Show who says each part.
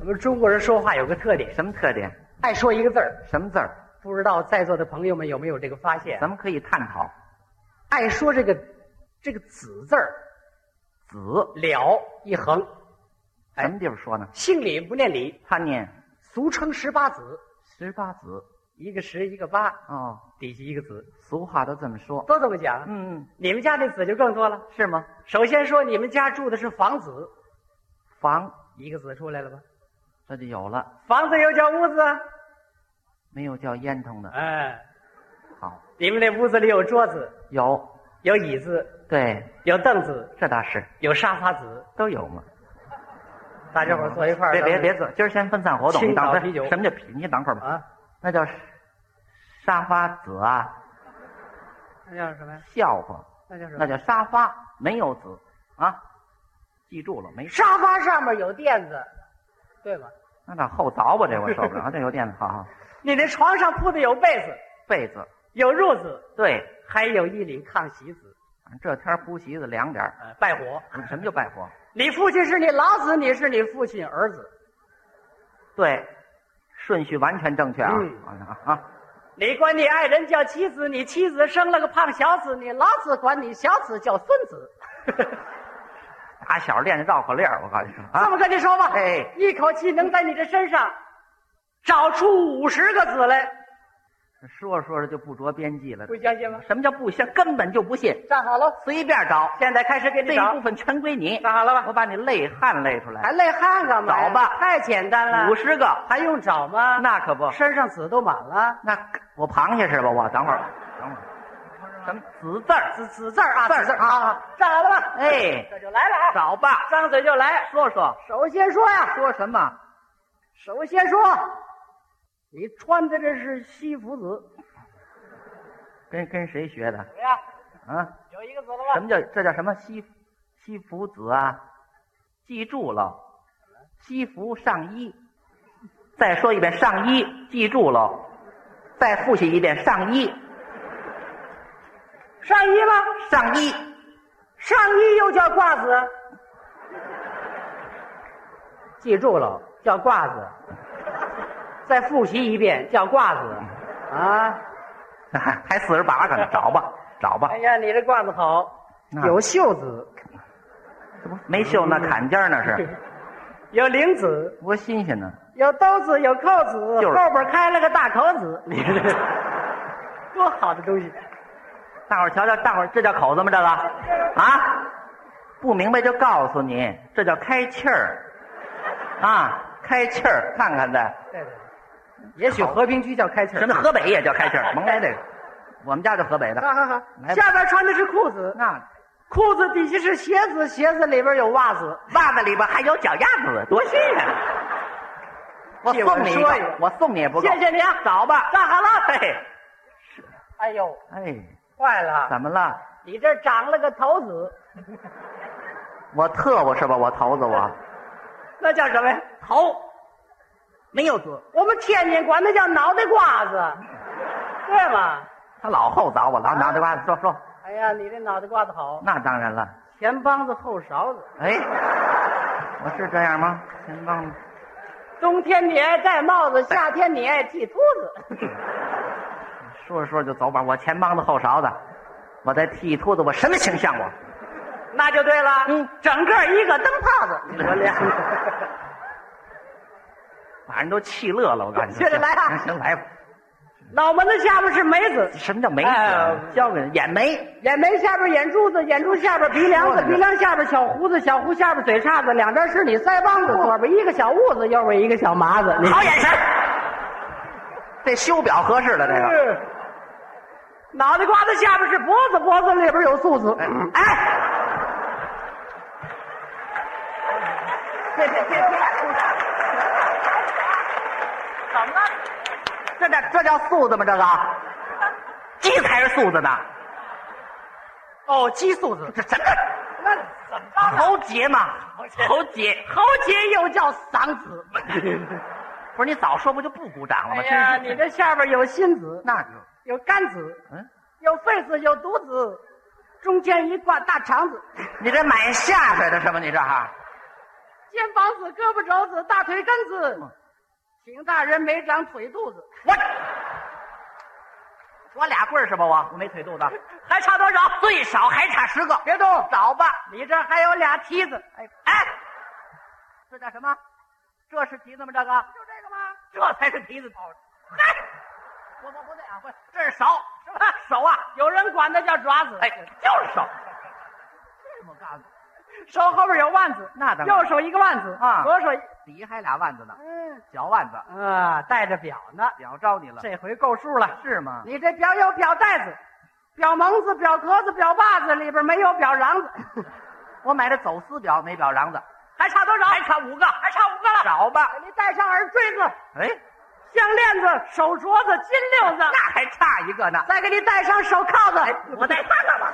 Speaker 1: 我们中国人说话有个特点，
Speaker 2: 什么特点？
Speaker 1: 爱说一个字儿。
Speaker 2: 什么字儿？
Speaker 1: 不知道在座的朋友们有没有这个发现？
Speaker 2: 咱们可以探讨。
Speaker 1: 爱说这个这个“子”字儿，
Speaker 2: 子
Speaker 1: 了一横，哎
Speaker 2: 什么地方说呢？
Speaker 1: 姓李不念李，
Speaker 2: 他念
Speaker 1: 俗称十八子，
Speaker 2: 十八子
Speaker 1: 一个十一个八，
Speaker 2: 哦，
Speaker 1: 底下一个子，
Speaker 2: 俗话都这么说。
Speaker 1: 都这么讲。
Speaker 2: 嗯，
Speaker 1: 你们家这子就更多了。
Speaker 2: 是吗？
Speaker 1: 首先说你们家住的是房子，
Speaker 2: 房
Speaker 1: 一个子出来了吧？
Speaker 2: 这就有了，
Speaker 1: 房子又叫屋子，
Speaker 2: 没有叫烟囱的。
Speaker 1: 哎，
Speaker 2: 好，
Speaker 1: 你们那屋子里有桌子，
Speaker 2: 有，
Speaker 1: 有椅子，
Speaker 2: 对，
Speaker 1: 有凳子，
Speaker 2: 这倒是
Speaker 1: 有沙发子，
Speaker 2: 都有嘛。嗯
Speaker 1: 大家伙儿坐一块儿。
Speaker 2: 别别
Speaker 1: 咱们
Speaker 2: 别坐，今儿先分散活动。
Speaker 1: 青
Speaker 2: 你等
Speaker 1: 岛
Speaker 2: 会
Speaker 1: 啤酒
Speaker 2: 儿，什么叫啤？你等会儿吧。
Speaker 1: 啊！
Speaker 2: 那叫沙发子啊，
Speaker 1: 那叫什么呀？
Speaker 2: 笑话，
Speaker 1: 那叫什
Speaker 2: 那叫沙发，没有子啊。记住了，没事。
Speaker 1: 沙发上面有垫子，对吧？
Speaker 2: 那哪后凿吧，这我受 不了。这有点好好，
Speaker 1: 你那床上铺的有被子，
Speaker 2: 被子
Speaker 1: 有褥子，
Speaker 2: 对，
Speaker 1: 还有一领炕席子，
Speaker 2: 这天儿铺席子凉点儿。嗯
Speaker 1: 呃，拜火。
Speaker 2: 什么叫拜火？
Speaker 1: 你父亲是你老子，你是你父亲儿子，
Speaker 2: 对，顺序完全正确啊！
Speaker 1: 嗯
Speaker 2: 啊啊，
Speaker 1: 你管你爱人叫妻子，你妻子生了个胖小子，你老子管你小子叫孙子。
Speaker 2: 打小练的绕口令儿，我告诉你
Speaker 1: 这
Speaker 2: 啊，
Speaker 1: 么跟你说吧，
Speaker 2: 哎
Speaker 1: 一口气能在你这身上找出五十个子来，
Speaker 2: 说着说着就不着边际了
Speaker 1: 不。相信吗？
Speaker 2: 什么叫不相？根本就不信，
Speaker 1: 站好喽，
Speaker 2: 随便找。
Speaker 1: 现在开始给
Speaker 2: 这
Speaker 1: 你
Speaker 2: 一
Speaker 1: 找啊
Speaker 2: 部，分全归你，
Speaker 1: 站好了吧？
Speaker 2: 我把你累汗累出来
Speaker 1: 还。累汗干嘛呀？
Speaker 2: 找吧
Speaker 1: 太简单了，
Speaker 2: 五十个，
Speaker 1: 还用找吗？
Speaker 2: 那可不。
Speaker 1: 身上籽都满了，
Speaker 2: 那我螃蟹是吧？我等会儿，等会儿，什么子字儿？
Speaker 1: 籽籽字儿啊，
Speaker 2: 字儿
Speaker 1: 籽字儿
Speaker 2: 啊
Speaker 1: 啊，啊站好了吧？
Speaker 2: 哎，
Speaker 1: 这就来了啊，
Speaker 2: 找吧，
Speaker 1: 张嘴就来。
Speaker 2: 说说
Speaker 1: 首先说呀，
Speaker 2: 说什么？
Speaker 1: 首先说，你穿的这是西服子，
Speaker 2: 跟跟谁学
Speaker 1: 怎
Speaker 2: 的？
Speaker 1: 么样？哎
Speaker 2: 啊？
Speaker 1: 有一个子了
Speaker 2: 什？么叫这叫什么西西服子啊？记住了，西服上衣。再说一遍，上衣，记住了。再复习一遍，上衣，
Speaker 1: 上衣吗？
Speaker 2: 上衣，
Speaker 1: 上衣又叫褂子，记住了，叫褂子。再复习一遍，叫褂子。啊，
Speaker 2: 还还四十八个呢，找吧，找吧
Speaker 1: 哎，呀，你这褂子好，
Speaker 2: 那
Speaker 1: 有袖子，
Speaker 2: 这不没绣那坎肩儿 那是，
Speaker 1: 有领子。
Speaker 2: 多新鲜呢！
Speaker 1: 有兜子，有扣子，
Speaker 2: 就是
Speaker 1: 后边开了个大口子，你这多好的东西！
Speaker 2: 大伙儿瞧瞧，大伙儿这叫口子吗？这个啊，不明白就告诉你，这叫开气儿，啊，开气儿，看看再。
Speaker 1: 对对对，也许和平区叫开气儿。
Speaker 2: 什么河北也叫开气儿，甭来这个。 我们家就河北的，
Speaker 1: 好好好
Speaker 2: 来，吧
Speaker 1: 下边穿的是裤子，
Speaker 2: 那
Speaker 1: 裤子底下是鞋子，鞋子里边有袜子。
Speaker 2: 袜子里边还有脚丫子，多新鲜！我
Speaker 1: 替我
Speaker 2: 送你一
Speaker 1: 说一个
Speaker 2: 个，我送你也不够。
Speaker 1: 谢谢你啊，
Speaker 2: 找吧。
Speaker 1: 站好了。
Speaker 2: 嘿，
Speaker 1: 哎呦，
Speaker 2: 哎，
Speaker 1: 坏了，
Speaker 2: 怎么了？
Speaker 1: 你这长了个头子，
Speaker 2: 我特务是吧？我头子我
Speaker 1: 那叫什么呀？
Speaker 2: 头没有子，
Speaker 1: 我们天津管那叫脑袋瓜 子，对吗？
Speaker 2: 他老后凿我，老脑袋瓜子。说说，
Speaker 1: 哎呀，你这脑袋瓜子好，
Speaker 2: 那当然了。
Speaker 1: 前帮子后勺子，
Speaker 2: 哎，我是这样吗？先帮你
Speaker 1: 冬天你爱戴帽子，夏天你爱剃秃子。
Speaker 2: 说着说着就走吧。我前帮子后勺子，我再剃秃子，我什么形象我？
Speaker 1: 那就对了，嗯，整个一个灯泡子，你说俩，
Speaker 2: 把人都气乐了，我告诉你。
Speaker 1: 接着来啊
Speaker 2: 行，来吧。
Speaker 1: 脑门子下边是眉子，
Speaker 2: 什么叫眉子啊
Speaker 1: 哎？
Speaker 2: 交给人眼眉，
Speaker 1: 眼眉下边眼珠子，眼珠下边鼻梁
Speaker 2: 说
Speaker 1: 子
Speaker 2: 呢，
Speaker 1: 鼻梁下边小胡子，小胡下边嘴叉子，两边是你腮帮子，左边一个小痦子，右边一个小麻子，你
Speaker 2: 好眼神儿。这修表合适了，这个。
Speaker 1: 是 脑袋瓜子下边是脖子，脖子里边有素子。
Speaker 2: 哎，
Speaker 1: 别别别！怎么了？
Speaker 2: 这叫这叫素子吗？这个鸡才是素子呢，
Speaker 1: 哦，激素子，
Speaker 2: 这什么？
Speaker 1: 那怎么着？
Speaker 2: 喉结嘛，喉结，
Speaker 1: 喉结又叫嗓子。
Speaker 2: 不是你早说不就不鼓掌了吗？
Speaker 1: 哎呀，
Speaker 2: 真
Speaker 1: 你
Speaker 2: 是
Speaker 1: 这下边有心子，
Speaker 2: 那就
Speaker 1: 有肝子，
Speaker 2: 嗯，
Speaker 1: 有肺子，有肚子，中间一挂大肠子，
Speaker 2: 你这满下水的是吧？你这哈，
Speaker 1: 肩膀子、胳膊肘子、大腿根
Speaker 2: 嗯
Speaker 1: 子，请大人没长腿肚子。
Speaker 2: 我我俩棍儿是吧？我我没腿肚子，还差多少？最少还差十个。
Speaker 1: 别动，
Speaker 2: 找吧，
Speaker 1: 你这还有俩蹄子。哎，
Speaker 2: 哎，这叫什么？这是蹄子吗？这个哎
Speaker 1: 就这个吗？
Speaker 2: 这才是蹄子。嗨，
Speaker 1: 不不不对啊，不是，
Speaker 2: 这是手，什么手啊？
Speaker 1: 有人管它叫爪子。
Speaker 2: 哎，就是手。这么告诉你
Speaker 1: 手后边有腕子，
Speaker 2: 那当然
Speaker 1: 右手一个腕子
Speaker 2: 啊
Speaker 1: 左手一
Speaker 2: 底下还俩腕子呢，
Speaker 1: 嗯
Speaker 2: 脚腕子，
Speaker 1: 啊，带着表呢，
Speaker 2: 表招你了，
Speaker 1: 这回够数了。
Speaker 2: 是
Speaker 1: 啊
Speaker 2: 吗？
Speaker 1: 你这表有表带子，表蒙子、表壳子、表把子，里边没有表瓤子。
Speaker 2: 我买的走私表，没表瓤子，还差多少？还差五个，还差五个了。找吧，
Speaker 1: 你戴上耳坠子、
Speaker 2: 哎，
Speaker 1: 项链子、手镯子、金链子，
Speaker 2: 那还差一个呢。哎
Speaker 1: 再给你戴上手铐子。
Speaker 2: 我再看看吧。